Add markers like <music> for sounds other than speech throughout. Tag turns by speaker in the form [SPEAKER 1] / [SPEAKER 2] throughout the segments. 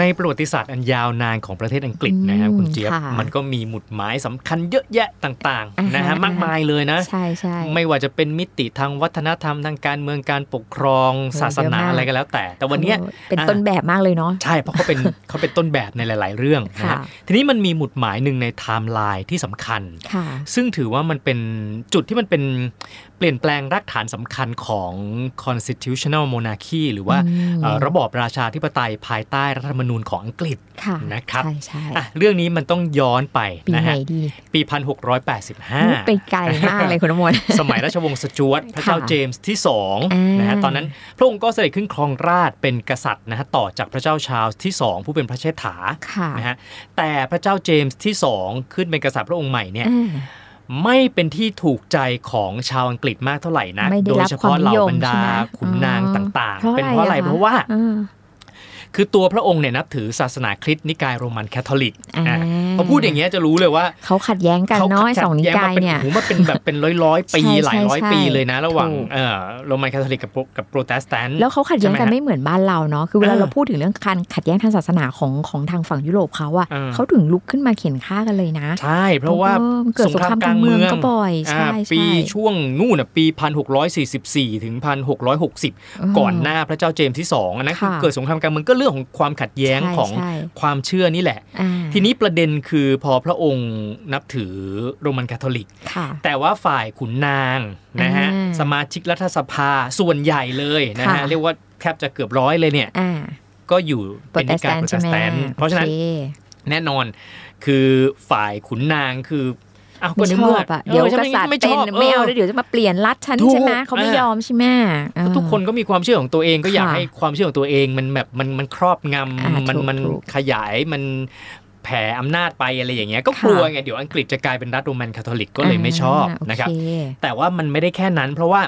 [SPEAKER 1] ในประวัติศาสตร์อันยาวนานของประเทศอังกฤษนะครับ
[SPEAKER 2] อืม
[SPEAKER 1] คุณเจี๊ยบ
[SPEAKER 2] ค่ะ
[SPEAKER 1] มันก็มีหมุดหมายสำคัญเยอะแยะต่าง
[SPEAKER 2] อ่า
[SPEAKER 1] ๆ
[SPEAKER 2] ฮะ
[SPEAKER 1] นะฮะ
[SPEAKER 2] อ่าฮะ
[SPEAKER 1] มากมายเลยนะ
[SPEAKER 2] ใช่ใช่
[SPEAKER 1] ไม่ว่าจะเป็นมิติทางวัฒนธรรมทางการเมืองการปกครอง
[SPEAKER 2] โอ้
[SPEAKER 1] ศาสนา
[SPEAKER 2] เยอะมาก
[SPEAKER 1] อะไรก็แล้วแต่ แต่วันเนี้ย
[SPEAKER 2] โอ้เป็น
[SPEAKER 1] อ่ะ
[SPEAKER 2] ต้นแบบมากเลยเนาะ
[SPEAKER 1] ใช่เพราะเขาเป็น <laughs> เขาเป็นต้นแบบในหลาย ๆ เรื่องนะฮะ
[SPEAKER 2] ค่ะ
[SPEAKER 1] ทีนี้มันมีหมุดหมายหนึ่งในไทม์ไลน์ที่สำคัญ
[SPEAKER 2] ค่ะ
[SPEAKER 1] ซึ่งถือว่ามันเป็นจุดที่มันเป็นเปลี่ยนแปลงรากฐานสำคัญของ constitutional monarchy หรือว่า
[SPEAKER 2] อืม
[SPEAKER 1] เอ่อระบอบราชาธิปไตยภายใต้รัฐธรรมนูญของอังกฤษ
[SPEAKER 2] ค่ะ
[SPEAKER 1] นะครับ
[SPEAKER 2] ใช่ใช่
[SPEAKER 1] อ่ะเรื่องนี้มันต้องย้อนไป
[SPEAKER 2] ปี
[SPEAKER 1] นะ
[SPEAKER 2] ไหน
[SPEAKER 1] ฮะ
[SPEAKER 2] ดี
[SPEAKER 1] ปี
[SPEAKER 2] ไป
[SPEAKER 1] 1685
[SPEAKER 2] ไกลมาก
[SPEAKER 1] <laughs>
[SPEAKER 2] เลยคุณอมร
[SPEAKER 1] สมัยราชวงศ์สจ
[SPEAKER 2] <laughs>
[SPEAKER 1] วตพระเจ้า
[SPEAKER 2] ค่ะ
[SPEAKER 1] เจมส์ที่สอง
[SPEAKER 2] อ่าน
[SPEAKER 1] นะฮะตอนนั้นพระองค์ก็เสด็จขึ้นครองราชย์เป็นกษัตริย์นะฮะต่อจากพระเจ้าชาร์ลส์ที่สองผู้เป็นพระเชษฐา
[SPEAKER 2] ค่ะ
[SPEAKER 1] นะฮะแต่พระเจ้าเจมส์ที่สองขึ้นเป็นกษัตริย์พระองค์ใหม่เนี่ย
[SPEAKER 2] อ่า
[SPEAKER 1] ไม่เป็นที่ถูกใจของชาวอังกฤษมากเท่าไหร่นะ
[SPEAKER 2] ไม่ได้
[SPEAKER 1] โดย
[SPEAKER 2] รับ
[SPEAKER 1] เฉพาะเหล่าบรรดา
[SPEAKER 2] ความนิยมใช่ไหม
[SPEAKER 1] ขุนนาง
[SPEAKER 2] อ๋อ
[SPEAKER 1] ต่างๆ เป็นเพราะอะไรเพราะว่า
[SPEAKER 2] อ่า
[SPEAKER 1] คือตัวพระองค์เนี่ยนับถือศาสนาคริสต์นิกายโรมันแคทอลิก
[SPEAKER 2] อ่า
[SPEAKER 1] อ่ะพอพูดอย่างเงี้ยจะรู้เลยว่า
[SPEAKER 2] เขาขัดแย้งกัน
[SPEAKER 1] เขา
[SPEAKER 2] เนาะสองนิ
[SPEAKER 1] ขัด
[SPEAKER 2] กาย
[SPEAKER 1] แม
[SPEAKER 2] เนี่ย
[SPEAKER 1] โอ้โหมันเป็นแบบเป็นร้อยร้อยๆปี
[SPEAKER 2] ใช่ใช่
[SPEAKER 1] หลายร้อย
[SPEAKER 2] ใช่
[SPEAKER 1] ปีเลยนะ ระหว่าง
[SPEAKER 2] ถูก
[SPEAKER 1] เอ่อโรมันแคทอลิกกับโปรกับโปรเตสแตนต์
[SPEAKER 2] แล้วเขาขัดแย้งกัน
[SPEAKER 1] ใช่ไหมฮะ
[SPEAKER 2] ไม่เหมือนบ้านเราเนาะคือเวลา
[SPEAKER 1] เออ
[SPEAKER 2] เราพูดถึงเรื่องการขัดแย้งทางศาสนาของของทางฝั่งยุโรปเขาอะ
[SPEAKER 1] เออ
[SPEAKER 2] เขาถึงลุกขึ้นมาเข็นฆ่ากันเลยนะ
[SPEAKER 1] ใช่ เพราะว่า
[SPEAKER 2] ออเกิดสงครามกลางเมืองก็บ่อยใช่
[SPEAKER 1] อ่า
[SPEAKER 2] ใช่
[SPEAKER 1] ปีช่วงนู่นน่ะปี 1644 ถึง 1660
[SPEAKER 2] ม
[SPEAKER 1] ก่อนหน้าพระเจ้าเจมส์ที่สองอันนั้น
[SPEAKER 2] ค่ะ
[SPEAKER 1] เกิดสงครามกลางเมืองก็เรื่องของความขัดแย้ง
[SPEAKER 2] ใช่
[SPEAKER 1] ของ
[SPEAKER 2] ใช่
[SPEAKER 1] ความเชื่อนี่แหละ
[SPEAKER 2] อ่า
[SPEAKER 1] ทีนี้ประเด็นคือพอพระองค์นับถือโรมันแคทอลิก
[SPEAKER 2] ค่ะ
[SPEAKER 1] แต่ว่าฝ่ายขุนนางนะฮะ
[SPEAKER 2] อ่า
[SPEAKER 1] สมาชิกรัฐสภาส่วนใหญ่เลยนะฮะ
[SPEAKER 2] ค่ะ
[SPEAKER 1] เรียกว่าแทบจะเกือบร้อยเลยเนี่ย
[SPEAKER 2] อ่า
[SPEAKER 1] ก็อยู่
[SPEAKER 2] โปร
[SPEAKER 1] เป็น
[SPEAKER 2] เต
[SPEAKER 1] นิ
[SPEAKER 2] ส
[SPEAKER 1] กา
[SPEAKER 2] แต
[SPEAKER 1] ย
[SPEAKER 2] น
[SPEAKER 1] โปร
[SPEAKER 2] ต์
[SPEAKER 1] เต
[SPEAKER 2] ใช่
[SPEAKER 1] สแตน
[SPEAKER 2] ไหม
[SPEAKER 1] ต์เพราะฉะนั้น
[SPEAKER 2] โอค
[SPEAKER 1] แน่นอนคือฝ่ายขุนนางคืออ้าวก็
[SPEAKER 2] ไม่
[SPEAKER 1] ใน
[SPEAKER 2] ช
[SPEAKER 1] เมื่
[SPEAKER 2] อ
[SPEAKER 1] อบ
[SPEAKER 2] อ่ะเดี๋ยว
[SPEAKER 1] ออก ใช่ไหม
[SPEAKER 2] ษัตริย์
[SPEAKER 1] ไม่ช
[SPEAKER 2] เป็
[SPEAKER 1] อบ
[SPEAKER 2] นไม่
[SPEAKER 1] เอ
[SPEAKER 2] เอา
[SPEAKER 1] อ
[SPEAKER 2] แล้วเดี๋ยวจะมาเปลี่ยนรัฐฉัน
[SPEAKER 1] ถูก
[SPEAKER 2] ใช่ไหมเขาไม่
[SPEAKER 1] อ่ะ
[SPEAKER 2] ยอมใช่ไหมเออ
[SPEAKER 1] ทุกคนก็มีความเชื่อของตัวเองก็อยาก
[SPEAKER 2] ค่ะ
[SPEAKER 1] ให้ความเชื่อของตัวเองมันแบบมันมันครอบง
[SPEAKER 2] อ่า
[SPEAKER 1] ำ
[SPEAKER 2] มั
[SPEAKER 1] มัน
[SPEAKER 2] ถูก
[SPEAKER 1] มัน
[SPEAKER 2] ถูก
[SPEAKER 1] ขยายมันแผ่อำนาจไปอะไรอย่างเงี้ยก็
[SPEAKER 2] ค่ะ
[SPEAKER 1] กลัวไงเดี๋ยวอังกฤษจะกลายเป็นรัฐโรมันคาทอลิกก็เลยไม่ชอบ
[SPEAKER 2] อ่า
[SPEAKER 1] นะครับ
[SPEAKER 2] โอเ
[SPEAKER 1] แต่ว่ามันไม่ได้แค่นั้น เพราะว่า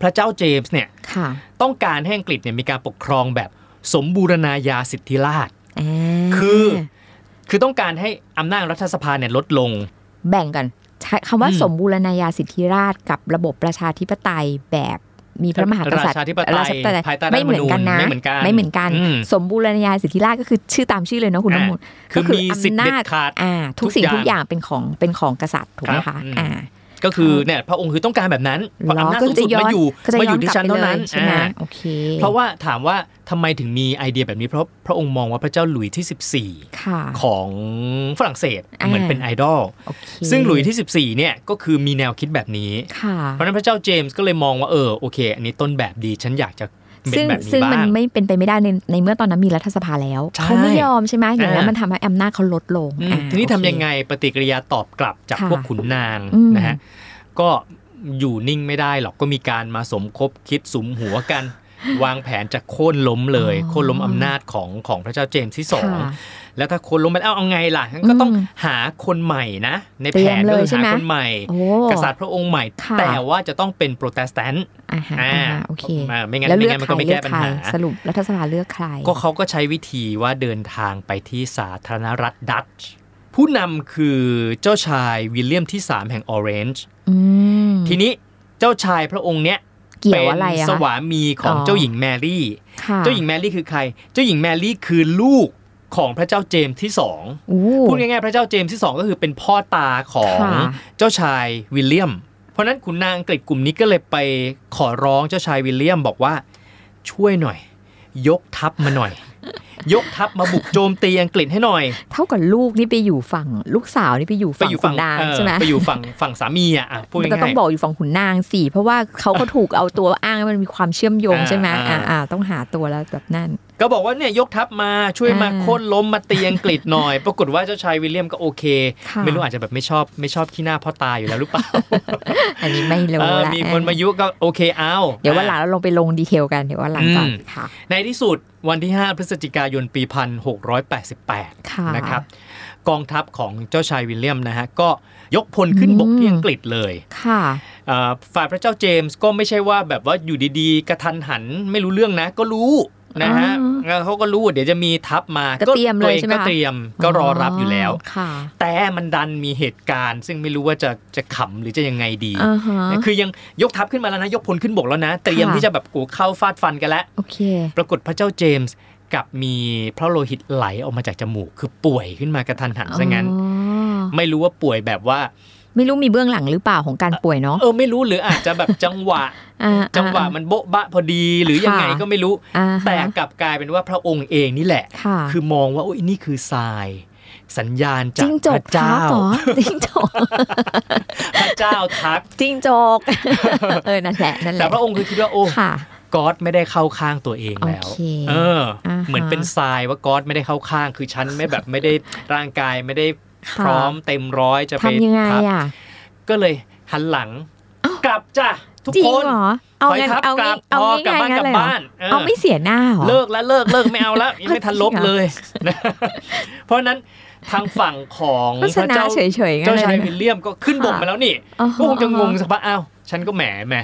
[SPEAKER 1] พระเจ้าเจมส์เนี่ย
[SPEAKER 2] ค่ะ
[SPEAKER 1] ต้องการให้อังกฤษเนี่ยมีการปกครองแบบสมบูรณาญาสิทธิราชย์
[SPEAKER 2] อ่า
[SPEAKER 1] คือ คือต้องการให้อำนาจรัฐสภาเนี่ยลดลง
[SPEAKER 2] แบ่งกันใช้คำว่า
[SPEAKER 1] อืม
[SPEAKER 2] สมบูรณาญาสิทธิราชย์กับระบบประชาธิปไตยแบบมีพระมหากษัตริ
[SPEAKER 1] รา
[SPEAKER 2] ย์
[SPEAKER 1] ชาธิปไตย
[SPEAKER 2] รช
[SPEAKER 1] ภายใต้
[SPEAKER 2] ไม่เหมือนกันนะ
[SPEAKER 1] รัฐธรรมนูญไม่
[SPEAKER 2] ไม่
[SPEAKER 1] เห
[SPEAKER 2] เห
[SPEAKER 1] มือ
[SPEAKER 2] มือน น
[SPEAKER 1] กั
[SPEAKER 2] กันน
[SPEAKER 1] อืม
[SPEAKER 2] สมบูรณาญาสิทธิราชย์ก็คือชื่อตามชื่อเลยเนาะคุณ
[SPEAKER 1] อ่า
[SPEAKER 2] น้ำมนต์
[SPEAKER 1] คื
[SPEAKER 2] ก็
[SPEAKER 1] อมีสิทธิ์เด็ดขาด
[SPEAKER 2] อ่า ทุกสิ่ง
[SPEAKER 1] ทุ
[SPEAKER 2] ทุ
[SPEAKER 1] ก
[SPEAKER 2] กอย่
[SPEAKER 1] อา
[SPEAKER 2] ย่างงเป็นของเป็นของกษัตริย์ถูกไหม
[SPEAKER 1] ครับ
[SPEAKER 2] คะ
[SPEAKER 1] อืม
[SPEAKER 2] อ่า
[SPEAKER 1] ก็คือเนี่ยพระองค์คือต้องการแบบนั้นเพราะอำนาจ
[SPEAKER 2] ก็
[SPEAKER 1] สูง
[SPEAKER 2] จะ
[SPEAKER 1] สุด
[SPEAKER 2] ย้อ
[SPEAKER 1] มาน อยู่
[SPEAKER 2] ก็จะ
[SPEAKER 1] มาอ
[SPEAKER 2] ย้อน
[SPEAKER 1] ยู่ที่
[SPEAKER 2] กลับ
[SPEAKER 1] ฉัน
[SPEAKER 2] ไปเล
[SPEAKER 1] เท่าย นั้น
[SPEAKER 2] ใช่ไหม
[SPEAKER 1] อ่า
[SPEAKER 2] โอเค
[SPEAKER 1] เพราะว่าถามว่าทำไมถึงมีไอเดียแบบนี้ เพราะพระองค์มองว่าพระเจ้าหลุยส์ที่
[SPEAKER 2] ค่ะ
[SPEAKER 1] 14 ของฝรั่งเศสเหมือน
[SPEAKER 2] อ่า
[SPEAKER 1] เป็นไอดอล
[SPEAKER 2] โอเค
[SPEAKER 1] ซึ่งหลุยส์ที่ 14เนี่ยก็คือมีแนวคิดแบบนี้
[SPEAKER 2] ค่ะ
[SPEAKER 1] เพราะฉะนั้นพระเจ้าเจมส์ก็เลยมองว่าเออโอเค อันนี้ต้นแบบดีฉันอยากจะเป็น
[SPEAKER 2] ซึ่ง
[SPEAKER 1] แบบ
[SPEAKER 2] ซึ่
[SPEAKER 1] นี้
[SPEAKER 2] ง
[SPEAKER 1] บ้า
[SPEAKER 2] มัน
[SPEAKER 1] ง
[SPEAKER 2] ไม่เป็นไปไม่ได้ในในเมื่อตอนนั้นมีรัฐสภาแล้ว
[SPEAKER 1] ใช่
[SPEAKER 2] เขาไม่ยอมใช่ไหมอย่างนั้
[SPEAKER 1] อ่ามั
[SPEAKER 2] นมันทำให้อำนาจเขาลดลง
[SPEAKER 1] อืม
[SPEAKER 2] อ่า
[SPEAKER 1] ทีนี้
[SPEAKER 2] โอ
[SPEAKER 1] ทำ
[SPEAKER 2] เค
[SPEAKER 1] ยังไงปฏิกิริยาตอบกลับจาก
[SPEAKER 2] ค่ะ
[SPEAKER 1] พวกขุนนาง
[SPEAKER 2] อืม
[SPEAKER 1] นะฮะก็อยู่นิ่งไม่ได้หรอกก็มีการมาสมคบคิดสุมหัวกัน
[SPEAKER 2] <laughs>
[SPEAKER 1] วางแผนจะโค่นล้มเลยโค่นล้มอำนาจของของพระเจ้าเจมส์ที่สอง
[SPEAKER 2] ค่ะ
[SPEAKER 1] แล้วถ้าโค่นล้มมันเอาเอาไงล่ะงั้นก็
[SPEAKER 2] อืม
[SPEAKER 1] ต้องหาคนใหม่นะ ใน
[SPEAKER 2] เต
[SPEAKER 1] แผ
[SPEAKER 2] รีย
[SPEAKER 1] น
[SPEAKER 2] มเลย
[SPEAKER 1] ก็คือ
[SPEAKER 2] ใช่ไหม
[SPEAKER 1] หาคนใหม่
[SPEAKER 2] โอ้
[SPEAKER 1] กษัตริย์พระองค์ใหม่
[SPEAKER 2] ค่ะ
[SPEAKER 1] แต่ว่าจะต้องเป็นโปรเตสแตนต์
[SPEAKER 2] อ่าฮะ
[SPEAKER 1] อ่า
[SPEAKER 2] อ่าฮะโอเค
[SPEAKER 1] อ่าไม่งั้น
[SPEAKER 2] แล้ว
[SPEAKER 1] ไม่
[SPEAKER 2] เลือก
[SPEAKER 1] งั้นมัน
[SPEAKER 2] ใคร
[SPEAKER 1] ก็ไม่
[SPEAKER 2] เลือ
[SPEAKER 1] แก้
[SPEAKER 2] ก
[SPEAKER 1] ปัญ
[SPEAKER 2] ใคร
[SPEAKER 1] หา
[SPEAKER 2] สรุปรัฐสภาเลือกใคร
[SPEAKER 1] ก็เขาก็ใช้วิธีว่าเดินทางไปที่สาธารณรัฐดัตช์ผู้นำคือเจ้าชายวิลเลียมที่ 3 แห่งออเรนจ์
[SPEAKER 2] อืม
[SPEAKER 1] ทีนี้เจ้าชายพระองค์เนี้ย
[SPEAKER 2] เกี่ย
[SPEAKER 1] เป็
[SPEAKER 2] วน อะไรอะ
[SPEAKER 1] ส
[SPEAKER 2] คะ
[SPEAKER 1] วามีของ
[SPEAKER 2] อ๋อ
[SPEAKER 1] เจ้าหญิงแมรี่
[SPEAKER 2] ค่ะ
[SPEAKER 1] เจ้าหญิงแมรี่คือใคร เจ้าหญิงแมรี่คือลูกของพระเจ้าเจมส์ที่สอง
[SPEAKER 2] อู้
[SPEAKER 1] พูดง่ายๆพระเจ้าเจมส์ที่สองก็คือเป็นพ่อตาของ
[SPEAKER 2] ค่ะ
[SPEAKER 1] เจ้าชายวิลเลียม เพราะฉะนั้นขุนนางอังกฤษกลุ่มนี้ก็เลยไปขอร้องเจ้าชายวิลเลียมบอกว่าช่วยหน่อย ยกทัพมาหน่อย
[SPEAKER 2] <laughs>
[SPEAKER 1] ยกทัพมาบุกโจมตีอังกฤษให้หน่อย
[SPEAKER 2] เท่ากับลูกนี่ไปอยู่ฝั่งลูกสาวนี่ไปอยู่
[SPEAKER 1] ไป
[SPEAKER 2] ฝั่ง
[SPEAKER 1] อยู่
[SPEAKER 2] ขุ
[SPEAKER 1] ฝั่
[SPEAKER 2] น
[SPEAKER 1] ง
[SPEAKER 2] นาง
[SPEAKER 1] เออ
[SPEAKER 2] ใช่ไหม
[SPEAKER 1] ไปอยู่ฝั่ง <laughs> ฝั่งสามีอ่ะอ่ะพูด
[SPEAKER 2] มันก็
[SPEAKER 1] ง่า
[SPEAKER 2] ต้อย งบอกอยู่ฝั่งขุนนางสิ เพราะว่าเขาก็ถูกเอาตัวอ้างให้มันมีความเชื่อมโยง
[SPEAKER 1] อ่า
[SPEAKER 2] ใช่ไหม
[SPEAKER 1] อ่า
[SPEAKER 2] อ่าอ่าต้องหาตัวแล้วแบบ
[SPEAKER 1] <laughs>
[SPEAKER 2] นั้น
[SPEAKER 1] ๆก็บอกว่าเนี่ยยกทัพมาช่วยมา
[SPEAKER 2] อ่า
[SPEAKER 1] โค่นล้มมาตีอังกฤษหน่อย ปรากฏว่าเจ้าชายวิลเลียมก็โอเค
[SPEAKER 2] ค่ะ
[SPEAKER 1] ไม่รู้อาจจะแบบไม่ชอบไม่ชอบขี้หน้าพ่อตาอยู่แล้วหรือเปล่า
[SPEAKER 2] อันนี้ไม่รู้
[SPEAKER 1] เออ
[SPEAKER 2] ละ
[SPEAKER 1] มีคนมายุก็โอเคเอา
[SPEAKER 2] เดี๋ยววันหลัง
[SPEAKER 1] อ่ะ
[SPEAKER 2] เราลงไปลงดีเทลกันเดี๋ยววันหลังก่อน
[SPEAKER 1] อืม
[SPEAKER 2] ค่ะ
[SPEAKER 1] ในที่สุดวันที่ 5 พฤศจิกายนปี 1688
[SPEAKER 2] ค่ะ
[SPEAKER 1] นะครับ กองทัพของเจ้าชายวิลเลียมนะฮะก็ยกพลขึ้นบกที่อังกฤษเลย
[SPEAKER 2] ค่ะ
[SPEAKER 1] อ่าฝ่ายพระเจ้าเจมส์ก็ไม่ใช่ว่าแบบว่าอยู่ดีๆ กระทันหันไม่รู้เรื่องนะ ก็รู้นะฮะ
[SPEAKER 2] อ๋อ
[SPEAKER 1] แล้วเขาก็รู้ว่าเดี๋ยวจะมีทัพมา
[SPEAKER 2] ก็เตรียมเลย
[SPEAKER 1] ตัวอง
[SPEAKER 2] ใช่ไหม
[SPEAKER 1] ก็
[SPEAKER 2] คะ
[SPEAKER 1] เตรียมก็รอรับอยู่แล้ว
[SPEAKER 2] ค่ะ
[SPEAKER 1] แต่มันดันมีเหตุการณ์ ซึ่งไม่รู้ว่าจะจะขำหรือจะยังไงดี
[SPEAKER 2] อ่าฮะ
[SPEAKER 1] คือยังยกทัพขึ้นมาแล้วนะ ยกพลขึ้นบกแล้วนะ เตรียม
[SPEAKER 2] ค่ะ
[SPEAKER 1] ที่จะแบบกูเข้าฟาดฟันกันแล้ว
[SPEAKER 2] โอเค
[SPEAKER 1] ปรากฏพระเจ้าเจมส์กลับมีพระโลหิตไหลออกมาจากจมูก คือป่วยขึ้นมากระทันหันซะงั้น
[SPEAKER 2] อ๋อ
[SPEAKER 1] ไม่รู้ว่าป่วยแบบว่า
[SPEAKER 2] ไม่รู้มีเบื้องหลังหรือเปล่าของการป่วยเนาะ
[SPEAKER 1] เออไม่รู้หรืออาจจะแบบจังหวะ
[SPEAKER 2] อ่า
[SPEAKER 1] จังหวะมันโบ๊ะบะพอดี หรือยังไงก็ไม่รู้
[SPEAKER 2] อ่าฮะ
[SPEAKER 1] แต่กลับกลายเป็นว่าพระองค์เองนี่แหละ
[SPEAKER 2] ค่ะ
[SPEAKER 1] คือมองว่าโอ้ยนี่คือทราย สัญญาณจาก
[SPEAKER 2] จิ้งจ
[SPEAKER 1] พ
[SPEAKER 2] ก
[SPEAKER 1] ระ
[SPEAKER 2] ครั
[SPEAKER 1] เจ้า
[SPEAKER 2] บเหรอจิ้งจก
[SPEAKER 1] พระเจ้าทัก
[SPEAKER 2] จิ้งจก <laughs> เออนั่นแหละนั่นแห
[SPEAKER 1] แต่
[SPEAKER 2] ละ
[SPEAKER 1] พระองค์คือคิดว่าโอ้
[SPEAKER 2] ค่ะ
[SPEAKER 1] ก๊อตไม่ได้เข้าข้างตัวเองแล้ว
[SPEAKER 2] โอเค
[SPEAKER 1] เออ
[SPEAKER 2] อ่าฮะ
[SPEAKER 1] เหมือนเป็นทรายว่าก๊อตไม่ได้เข้าข้าง คือฉันไม่แบบไม่ได้ร่างกายไม่ได้
[SPEAKER 2] ค่ะ
[SPEAKER 1] พร้อมเต็มร้อยจะไป
[SPEAKER 2] ทำยังไง
[SPEAKER 1] ทับ
[SPEAKER 2] อ่ะ
[SPEAKER 1] ก็เลยหันหลัง กลับจ้ะทุก
[SPEAKER 2] จริง
[SPEAKER 1] คน
[SPEAKER 2] เหรอเอา
[SPEAKER 1] ถอย
[SPEAKER 2] งั้น
[SPEAKER 1] ทับ
[SPEAKER 2] เอา
[SPEAKER 1] กลั
[SPEAKER 2] งี้
[SPEAKER 1] บ
[SPEAKER 2] เอา
[SPEAKER 1] พอ
[SPEAKER 2] งี้
[SPEAKER 1] กลับบ้าน
[SPEAKER 2] งั้
[SPEAKER 1] ก
[SPEAKER 2] น
[SPEAKER 1] ลับ
[SPEAKER 2] เลยเหรอ
[SPEAKER 1] บ้านเออ
[SPEAKER 2] เอาไม่เสียหน้าเหรอ
[SPEAKER 1] เลิกแล้วเลิกเลิกไม่เอาแล้ว <laughs> ยังไม่ทันลบ
[SPEAKER 2] จริงเหรอ
[SPEAKER 1] เลยนะเพราะฉะนั้นทางฝั่งของ
[SPEAKER 2] ก็
[SPEAKER 1] พ
[SPEAKER 2] ช
[SPEAKER 1] ระ
[SPEAKER 2] นะ
[SPEAKER 1] เจ้า
[SPEAKER 2] เฉยๆงั้
[SPEAKER 1] เจ้าน
[SPEAKER 2] เล
[SPEAKER 1] ชาย
[SPEAKER 2] ย
[SPEAKER 1] วิลเลียมก็ขึ้นบกมาแล้วนี่
[SPEAKER 2] อ๋อ
[SPEAKER 1] ก็คงจะงงสักพักอ้าว ฉันก็แหมแหม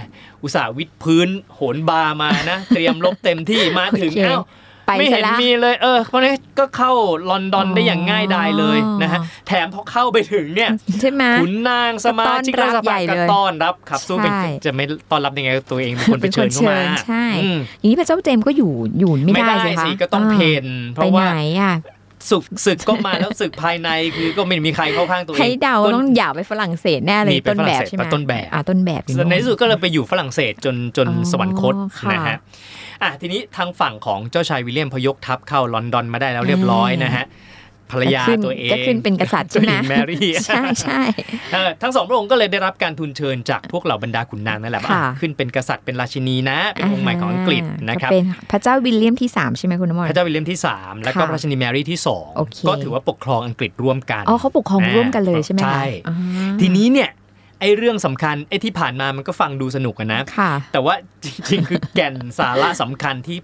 [SPEAKER 1] อุตส่าห์วิดพื้นโหนบาร์มานะ เตรียมลบเต็มที่มาถึงอ้าว
[SPEAKER 2] ไป
[SPEAKER 1] ไม่
[SPEAKER 2] ซะ
[SPEAKER 1] เห็น
[SPEAKER 2] ละ
[SPEAKER 1] มีเลย เออ เพราะนี้นก็เข้าลอนดอนได้อย่างง่ายดายเลยนะฮะ
[SPEAKER 2] อ๋อ
[SPEAKER 1] แถมพอเข้าไปถึงเนี่ย
[SPEAKER 2] ใช่ไหม
[SPEAKER 1] ขุนนางสมาชิกรัฐสภา
[SPEAKER 2] ก็ต้อนรับใหญ่
[SPEAKER 1] ก็
[SPEAKER 2] เลย
[SPEAKER 1] ต้อนรับขับสู้เป็น
[SPEAKER 2] ใช่
[SPEAKER 1] จะไม่ต้อนรับยังไงตัวเองเป็นคนไป
[SPEAKER 2] เป็นคน
[SPEAKER 1] เชิญเข้ามา
[SPEAKER 2] เชิญใช่
[SPEAKER 1] อืม
[SPEAKER 2] อย่างนี้พระเจ้าเจมส์ก็อยู่อยู่ไม่
[SPEAKER 1] ไม่
[SPEAKER 2] ได้
[SPEAKER 1] ได้
[SPEAKER 2] สิคะ
[SPEAKER 1] สิก็ต้องเพนเพ
[SPEAKER 2] ไป
[SPEAKER 1] ราะ
[SPEAKER 2] ไห
[SPEAKER 1] ว่าน
[SPEAKER 2] อ่ะ
[SPEAKER 1] ศึกศึกก็มาแล้วศึกภายในคือก็ไม่มีใครเข้าข้างตัวเอง
[SPEAKER 2] ให้เดา
[SPEAKER 1] ต้น
[SPEAKER 2] ต้องอย่าไปฝรั่งเศสแน่เล
[SPEAKER 1] ห
[SPEAKER 2] ย
[SPEAKER 1] นีไป
[SPEAKER 2] ต้นแบบ
[SPEAKER 1] ฝรั่งเศส
[SPEAKER 2] ใช่ไหม
[SPEAKER 1] ไปต้นแบบ
[SPEAKER 2] อ่าต้นแบบอยู่
[SPEAKER 1] ในที่สุด
[SPEAKER 2] โ
[SPEAKER 1] ก็เลยไปอยู่ฝรั่งเศสจนจน
[SPEAKER 2] อ๋อ
[SPEAKER 1] สวรรคต
[SPEAKER 2] ค่ะ
[SPEAKER 1] นะฮะอ่ะทีนี้ทางฝั่งของเจ้าชายวิลเลียมพอยกทัพเข้าลอนดอนมาได้แล้วเรียบร้อยนะฮะภรรยา
[SPEAKER 2] ขึ้น
[SPEAKER 1] ตัวเอง
[SPEAKER 2] ก็ขึ้นเป็นกษัตริย์ใช่
[SPEAKER 1] เจ้า
[SPEAKER 2] ไห
[SPEAKER 1] ห
[SPEAKER 2] ม
[SPEAKER 1] ญิงแม <laughs> รี่
[SPEAKER 2] ใช่ใช่
[SPEAKER 1] เออทั้งสองพระองค์ก็เลยได้รับการทูลเชิญจากพวกเหล่าบรรดาขุนนางนั่นแหละว่า
[SPEAKER 2] ค่ะ
[SPEAKER 1] อ่ะขึ้นเป็นกษัตริย์เป็นราชินีนะ เป็นองค์ใหม่ของอังกฤษนะครับ
[SPEAKER 2] ก็เป็นพระเจ้าวิลเลียมที่ 3 ใช่ไหมคุณน้ำมน
[SPEAKER 1] พ
[SPEAKER 2] ต์
[SPEAKER 1] ระเจ้าวิลเลียมที่ 3 แล้วก็
[SPEAKER 2] ค่ะ
[SPEAKER 1] พระราชินีแมรี่ที่
[SPEAKER 2] โอเค
[SPEAKER 1] 2 ก็ถือว่าปกครองอังกฤษร่วมกัน
[SPEAKER 2] อ๋อเขาปกครองร่วมกันเลยใช่ไหมคะ
[SPEAKER 1] ใช่
[SPEAKER 2] อ่า
[SPEAKER 1] ทีนี้เนี่ยไอ้เรื่องสำคัญไอ้ที่ผ่านมามันก็ฟังดูสนุกอะนะ
[SPEAKER 2] ค่ะ
[SPEAKER 1] แต่ว่าจริงๆ คือแก่นสาระสำคัญที่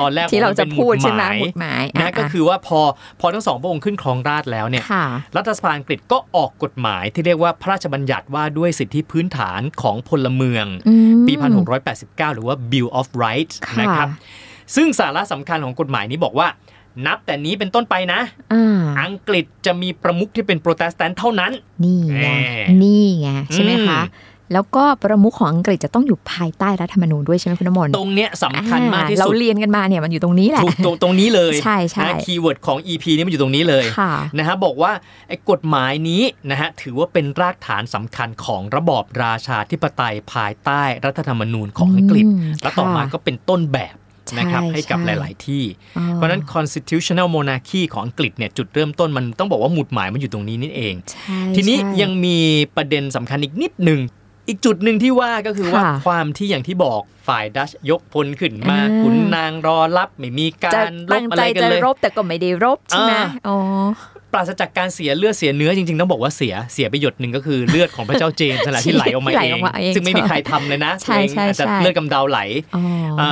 [SPEAKER 1] ตอนแรก
[SPEAKER 2] ที่เราจะ
[SPEAKER 1] ผ
[SPEAKER 2] พูด
[SPEAKER 1] น
[SPEAKER 2] ใช่ไหม
[SPEAKER 1] าย
[SPEAKER 2] หมุดหมาย
[SPEAKER 1] นะก็คือว่าพอพอทั้งสองพระองค์ขึ้นครองราชย์แล้วเนี่ย
[SPEAKER 2] ค่ะ
[SPEAKER 1] รัฐสภาอังกฤษก็ออกกฎหมายที่เรียกว่าพระราชบัญญัติว่าด้วยสิทธิพื้นฐานของพลเมือง
[SPEAKER 2] อืม
[SPEAKER 1] ปี 1689 หรือว่า Bill of Rights
[SPEAKER 2] ค่ะ
[SPEAKER 1] นะครับซึ่งสาระสำคัญของกฎหมายนี้บอกว่า นับแต่นี้เป็นต้นไปนะ
[SPEAKER 2] อ่า
[SPEAKER 1] อังกฤษจะมีประมุขที่เป็นโปรเตสแตนต์เท่านั้น
[SPEAKER 2] นี่ไง
[SPEAKER 1] แน่
[SPEAKER 2] นี่ไงใช่ไหมคะ
[SPEAKER 1] อื
[SPEAKER 2] แล้วก็ประมุขของอังกฤษจะต้องอยู่ภายใต้รัฐธรรมนูญด้วยใช่ไหมคุณน้ำมนต์
[SPEAKER 1] ตรงเนี้ยสำคัญมากที่
[SPEAKER 2] อ่เรา
[SPEAKER 1] สุด
[SPEAKER 2] เรียนกันมาเนี่ยมันอยู่ตรงนี้แหละ
[SPEAKER 1] ถูกตรงตรงนี้เลย
[SPEAKER 2] ใช่ใช่
[SPEAKER 1] นะคีย์เวิร์ดของ EP นี้มันอยู่ตรงนี้เลย
[SPEAKER 2] ค่ะ
[SPEAKER 1] นะฮะบอกว่าไอ้กฎหมายนี้นะฮะถือว่าเป็นรากฐานสำคัญของระบอบราชาธิปไตยภายใต้รัฐธรรมนูญของอังกฤษ
[SPEAKER 2] ม
[SPEAKER 1] และต่อมา
[SPEAKER 2] ค่ะ
[SPEAKER 1] ก็เป็นต้นแบบนะครับ
[SPEAKER 2] ใช่
[SPEAKER 1] ให้กับ
[SPEAKER 2] ใช่
[SPEAKER 1] หลาย ๆ ที่
[SPEAKER 2] อ๋อ
[SPEAKER 1] เพราะฉะนั้น constitutional monarchy ของอังกฤษเนี่ยจุดเริ่มต้นมันต้องบอกว่าหมุดหมายมันอยู่ตรงนี้นี่เอง
[SPEAKER 2] ใช่
[SPEAKER 1] ทีนี้
[SPEAKER 2] ใช่
[SPEAKER 1] ยังมีประเด็นสำคัญอีกนิดหนึ่ง อีกจุดหนึ่งที่ว่าก็คือว่า
[SPEAKER 2] ค่ะ
[SPEAKER 1] ความที่อย่างที่บอกฝ่ายดัชยกพลขึ้นมา
[SPEAKER 2] อ่า
[SPEAKER 1] ขุนนางรอรับไม่มีกา
[SPEAKER 2] จะ
[SPEAKER 1] รล
[SPEAKER 2] ตั้
[SPEAKER 1] บ
[SPEAKER 2] ง
[SPEAKER 1] อะ
[SPEAKER 2] ใจ
[SPEAKER 1] ไรกัน
[SPEAKER 2] จะ
[SPEAKER 1] เลย
[SPEAKER 2] รบแต่ก็ไม่ได้รบใช่ไหม
[SPEAKER 1] อ่า
[SPEAKER 2] อ๋อ
[SPEAKER 1] ปราศจากการเสียเลือดเสียเนื้อจริงๆ ต้องบอกว่าเสียเสียไปหยดหนึ่งก็คือเลือดของพระเจ้าเจมส์นั่นแหละที่
[SPEAKER 2] <laughs>
[SPEAKER 1] ไหลออกมา
[SPEAKER 2] ที่ไหล
[SPEAKER 1] เอ
[SPEAKER 2] อง อกมาเอง
[SPEAKER 1] ซึ่งไม่มีใครทำเลยนะ
[SPEAKER 2] ใช่
[SPEAKER 1] ตัวเอง
[SPEAKER 2] ใช่
[SPEAKER 1] อาจจะ
[SPEAKER 2] ใช่
[SPEAKER 1] เลือดกำเดาไหล
[SPEAKER 2] อ๋ออา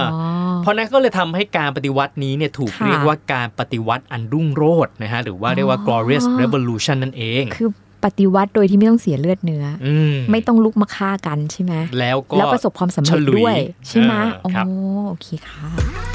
[SPEAKER 1] เพราะนั้นก็เลยทำให้การปฏิวัตินี้เนี่ยถูกเรียกว่าการปฏิวัติอันรุ่งโรจน์นะฮะหรือว่าเรียกว่า glorious revolution นั่นเอง
[SPEAKER 2] คือปฏิวัติโดยที่ไม่ต้องเสียเลือดเนื้ออ
[SPEAKER 1] อืม
[SPEAKER 2] ไม่ต้องลุกมาฆ่ากันใช่ไหม
[SPEAKER 1] แล้วก็
[SPEAKER 2] แล้วประสบความสำเร็จด้วย
[SPEAKER 1] ฉลุย
[SPEAKER 2] ใช่ไหม
[SPEAKER 1] เออ
[SPEAKER 2] อ๋อ
[SPEAKER 1] ครับ
[SPEAKER 2] โอเคค่ะ